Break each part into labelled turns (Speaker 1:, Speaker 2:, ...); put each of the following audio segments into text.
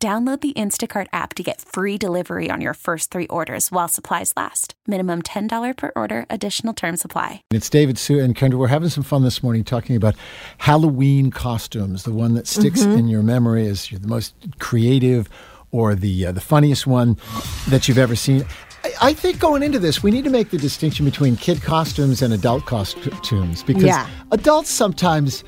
Speaker 1: Download the Instacart app to get free delivery on your first three orders while supplies last. Minimum $10 per order, additional term supply.
Speaker 2: It's David, Sue, and Kendra. We're having some fun this morning talking about Halloween costumes. The one that sticks
Speaker 3: Mm-hmm.
Speaker 2: in your memory is the most creative or the, uh, the funniest one that you've ever seen. I, I think going into this, we need to make the distinction between kid costumes and adult costumes because
Speaker 3: Yeah.
Speaker 2: adults sometimes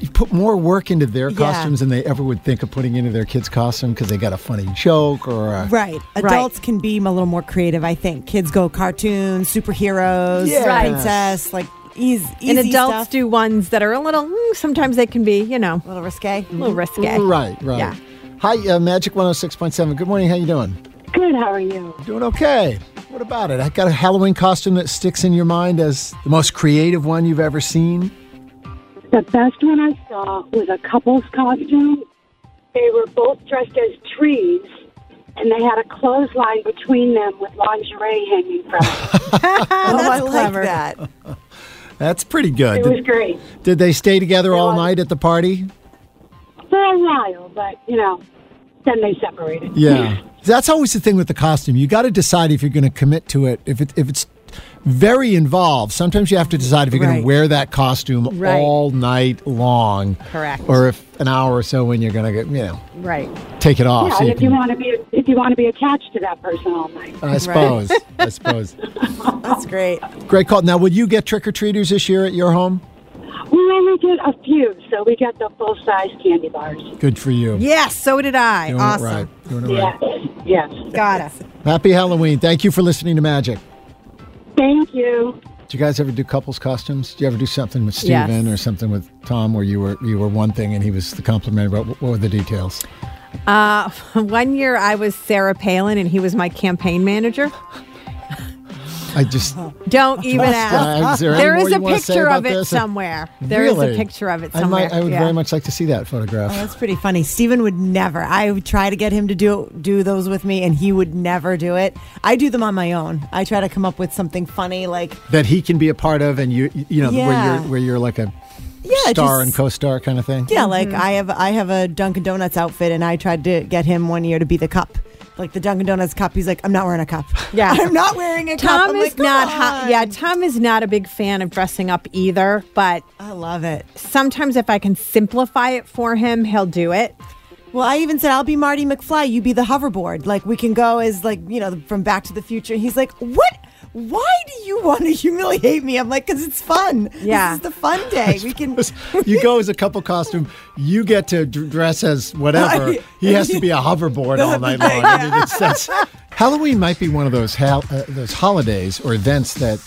Speaker 2: you put more work into their
Speaker 3: Yeah.
Speaker 2: costumes than they ever would think of putting into their kids' costume because they got a funny joke or a,
Speaker 4: Right. Adults can be a little more creative, I think. Kids go cartoons, superheroes,
Speaker 2: Yes. Right.
Speaker 4: princess, like easy, easy
Speaker 3: and adults
Speaker 4: stuff.
Speaker 3: do ones that are a little. mm, sometimes they can be, you know,
Speaker 4: a little risque. Mm-hmm.
Speaker 3: a little risque.
Speaker 2: right, right.
Speaker 3: Yeah.
Speaker 2: Hi, uh, Magic One Hundred Six Point Seven. Good morning. How you doing?
Speaker 5: Good, how are you?
Speaker 2: Doing okay. What about it? I got a Halloween costume that sticks in your mind as the most creative one you've ever seen.
Speaker 5: The best one I saw was a couple's costume. They were both dressed as trees, and they had a clothesline between them with lingerie hanging from it.
Speaker 4: Oh,
Speaker 3: that's
Speaker 4: I like
Speaker 3: clever.
Speaker 4: that.
Speaker 2: That's pretty good.
Speaker 5: It was
Speaker 2: Did,
Speaker 5: great
Speaker 2: did they stay together all
Speaker 5: was-
Speaker 2: night at the party?
Speaker 5: for a while, but you know, then they separated.
Speaker 2: Yeah. That's always the thing with the costume. You got to decide if you're going to commit to it. If it if it's very involved, sometimes you have to decide if you're going
Speaker 4: Right.
Speaker 2: to wear that costume
Speaker 3: Right.
Speaker 2: all night long.
Speaker 3: Correct.
Speaker 2: Or if an hour or so when you're going to get, you know,
Speaker 3: Right.
Speaker 2: take it off. Oh,
Speaker 5: Yeah,
Speaker 2: so
Speaker 5: and
Speaker 2: you
Speaker 5: if you
Speaker 2: can-
Speaker 5: want to be if you want to be attached to that person all night,
Speaker 2: I suppose. I suppose.
Speaker 4: That's great.
Speaker 2: Great call. Now, will you get trick or treaters this year at your home?
Speaker 5: we only did a few, so we got the full size candy bars.
Speaker 2: Good for you.
Speaker 3: Yes, so did I.
Speaker 2: Doing
Speaker 3: awesome.
Speaker 2: it right. Doing it
Speaker 5: Yes,
Speaker 2: right.
Speaker 5: yes.
Speaker 3: Got it.
Speaker 2: Happy Halloween. Thank you for listening to Magic.
Speaker 5: Thank you.
Speaker 2: Do you guys ever do couples costumes? Do you ever do something with
Speaker 3: Yes.
Speaker 2: Steven or something with Tom where you were you were one thing and he was the compliment? What, what were the details?
Speaker 3: Uh, one year I was Sarah Palin and he was my campaign manager.
Speaker 2: I just
Speaker 3: Uh-huh. Don't even ask.
Speaker 2: Uh, is there, any
Speaker 3: There
Speaker 2: more
Speaker 3: is
Speaker 2: you
Speaker 3: a
Speaker 2: wanna say
Speaker 3: picture
Speaker 2: about
Speaker 3: of it
Speaker 2: this?
Speaker 3: somewhere. There is
Speaker 2: Really?
Speaker 3: a picture of it
Speaker 2: I,
Speaker 3: somewhere.
Speaker 2: might, I would
Speaker 3: Yeah.
Speaker 2: very much like to see that photograph.
Speaker 4: Oh, that's pretty funny. Steven would never. I would try to get him to do do those with me, and he would never do it. I do them on my own. I try to come up with something funny, like
Speaker 2: that he can be a part of, and you you know where
Speaker 4: Yeah.
Speaker 2: you're where you're like a
Speaker 4: yeah,
Speaker 2: star
Speaker 4: just-
Speaker 2: and co-star kind of thing.
Speaker 4: Yeah, like
Speaker 3: Mm-hmm.
Speaker 4: I have I have a Dunkin' Donuts outfit, and I tried to get him one year to be the cup, like the Dunkin' Donuts cup. He's like, I'm not wearing a cup.
Speaker 3: Yeah.
Speaker 4: I'm not wearing a cup.
Speaker 3: Tom
Speaker 4: I'm
Speaker 3: is
Speaker 4: like, "Come
Speaker 3: not hot.
Speaker 4: on."
Speaker 3: Yeah, Tom is not a big fan of dressing up either, but
Speaker 4: I love it.
Speaker 3: sometimes if I can simplify it for him, he'll do it.
Speaker 4: Well, I even said I'll be Marty McFly. You be the hoverboard. Like we can go as like you know from Back to the Future. He's like, what? Why do you want to humiliate me? I'm like, because it's fun.
Speaker 3: Yeah.
Speaker 4: this is the fun day. We can.
Speaker 2: you go as a couple costume. You get to d- dress as whatever. He has to be a hoverboard all night long. I mean, it's, that's, Halloween might be one of those hal- uh, those holidays or events that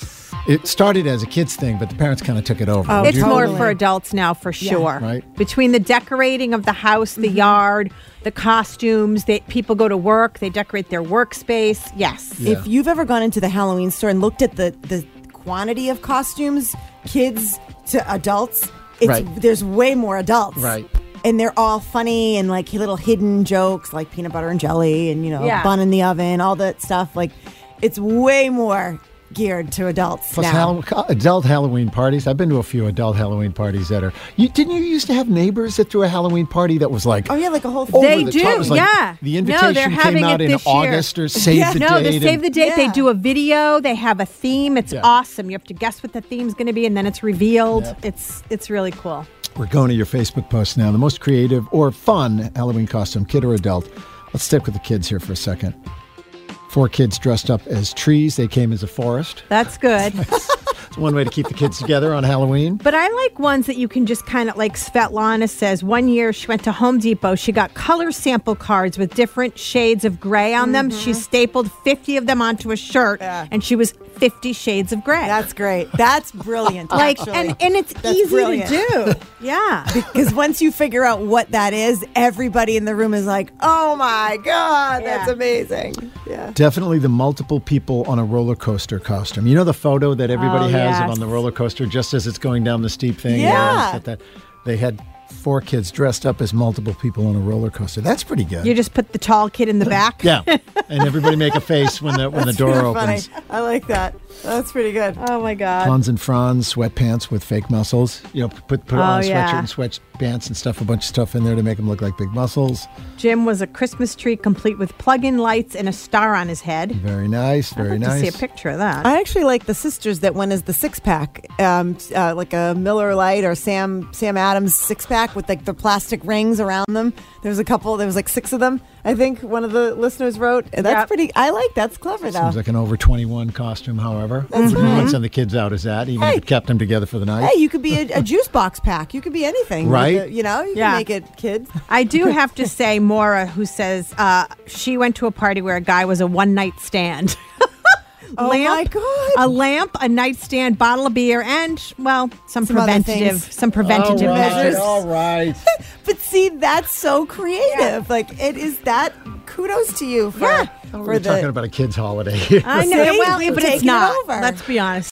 Speaker 2: it started as a kids thing, but the parents kind of took it over. Would
Speaker 3: it's
Speaker 2: you-
Speaker 3: more
Speaker 4: Oh, totally.
Speaker 3: for adults now, for sure.
Speaker 2: Right.
Speaker 3: Between the decorating of the house, the
Speaker 4: Mm-hmm.
Speaker 3: yard, the costumes, that people go to work, they decorate their workspace. Yes.
Speaker 2: Yeah.
Speaker 4: If you've ever gone into the Halloween store and looked at the the quantity of costumes, kids to adults, it's
Speaker 2: Right.
Speaker 4: there's way more adults.
Speaker 2: Right.
Speaker 4: And they're all funny and like little hidden jokes like peanut butter and jelly and you know,
Speaker 3: Yeah.
Speaker 4: bun in the oven, all that stuff. Like it's way more geared to adults
Speaker 2: Plus,
Speaker 4: now.
Speaker 2: Hall- adult Halloween parties. I've been to a few adult Halloween parties that are. You, didn't you used to have neighbors that threw a Halloween party that was like
Speaker 4: oh yeah, like a whole
Speaker 2: over
Speaker 3: They
Speaker 2: the
Speaker 3: do,
Speaker 2: top. It was like
Speaker 3: yeah.
Speaker 2: The
Speaker 3: No,
Speaker 2: invitation
Speaker 3: they're having
Speaker 2: came out
Speaker 3: it
Speaker 2: in
Speaker 3: this year.
Speaker 2: August or save
Speaker 4: Yeah.
Speaker 2: the
Speaker 3: No,
Speaker 2: date.
Speaker 3: they save
Speaker 2: and-
Speaker 3: the date. They
Speaker 4: Yeah.
Speaker 3: do a video. They have a theme. It's
Speaker 2: Yeah.
Speaker 3: awesome. You have to guess what the theme's going to be, and then it's revealed.
Speaker 2: Yep.
Speaker 3: It's it's really cool.
Speaker 2: We're going to your Facebook post now. The most creative or fun Halloween costume, kid or adult. Let's stick with the kids here for a second. Four kids dressed up as trees. They came as a forest.
Speaker 3: That's good.
Speaker 2: It's one way to keep the kids together on Halloween.
Speaker 3: But I like ones that you can just kind of like Svetlana says. One year she went to Home Depot. She got color sample cards with different shades of gray on them. She stapled 50 of them onto a shirt
Speaker 4: Mm-hmm. Yeah.
Speaker 3: and she was 50 shades of gray.
Speaker 4: That's great. That's brilliant.
Speaker 3: like,
Speaker 4: actually.
Speaker 3: and, and it's
Speaker 4: That's
Speaker 3: easy
Speaker 4: brilliant.
Speaker 3: to do. Yeah.
Speaker 4: Because once you figure out what that is, everybody in the room is like, oh my God, that's
Speaker 3: Yeah.
Speaker 4: amazing. Yeah.
Speaker 2: Definitely the multiple people on a roller coaster costume. You know the photo that everybody
Speaker 3: Oh,
Speaker 2: has of
Speaker 3: yes.
Speaker 2: on the roller coaster just as it's going down the steep thing?
Speaker 4: Yeah.
Speaker 2: it's got that. They had four kids dressed up as multiple people on a roller coaster. That's pretty good.
Speaker 3: You just put the tall kid in the back.
Speaker 2: yeah. and everybody make a face when the, when the door
Speaker 4: Kinda
Speaker 2: opens.
Speaker 4: Funny. I like that. That's pretty good.
Speaker 3: Oh my God.
Speaker 2: Hans and Franz sweatpants with fake muscles. You know, put, put on a
Speaker 3: Oh,
Speaker 2: sweatshirt
Speaker 3: yeah.
Speaker 2: and sweatpants and stuff, a bunch of stuff in there to make them look like big muscles.
Speaker 3: Jim was a Christmas tree complete with plug in lights and a star on his head.
Speaker 2: Very nice. Mm, Very
Speaker 3: I'd like
Speaker 2: nice.
Speaker 3: to see a picture of that.
Speaker 4: I actually like the sisters that went as the six pack, um, t- uh, like a Miller Lite or Sam Sam Adams six pack with like the plastic rings around them. There was a couple. There was like six of them. I think one of the listeners wrote. And that's
Speaker 3: Yep.
Speaker 4: pretty. I like that's clever though.
Speaker 2: Seems like an over 21 costume, however.
Speaker 3: Mm-hmm.
Speaker 2: That's mm send the kids out as that, even if
Speaker 4: Hey.
Speaker 2: it kept them together for the night.
Speaker 4: hey, you could be a, a juice box pack. You could be anything, with
Speaker 2: Right?
Speaker 4: it, you know, you
Speaker 3: Yeah.
Speaker 4: can make it kids.
Speaker 3: I do have to say, Maura, who says uh, she went to a party where a guy was a one night stand.
Speaker 4: Oh, my God.
Speaker 3: A lamp, a nightstand, bottle of beer, and well, some,
Speaker 4: Some other
Speaker 3: preventative,
Speaker 4: things.
Speaker 3: some preventative
Speaker 2: all Oh, right,
Speaker 3: measures.
Speaker 2: All right.
Speaker 4: But see, that's so creative. Like it is that. Kudos to you for
Speaker 3: Yeah.
Speaker 4: for
Speaker 2: We're
Speaker 4: the.
Speaker 2: talking about a kid's holiday here.
Speaker 3: I know,
Speaker 4: See?
Speaker 3: well, but
Speaker 4: Taking
Speaker 3: it's
Speaker 4: it
Speaker 3: not.
Speaker 4: over.
Speaker 3: Let's be honest.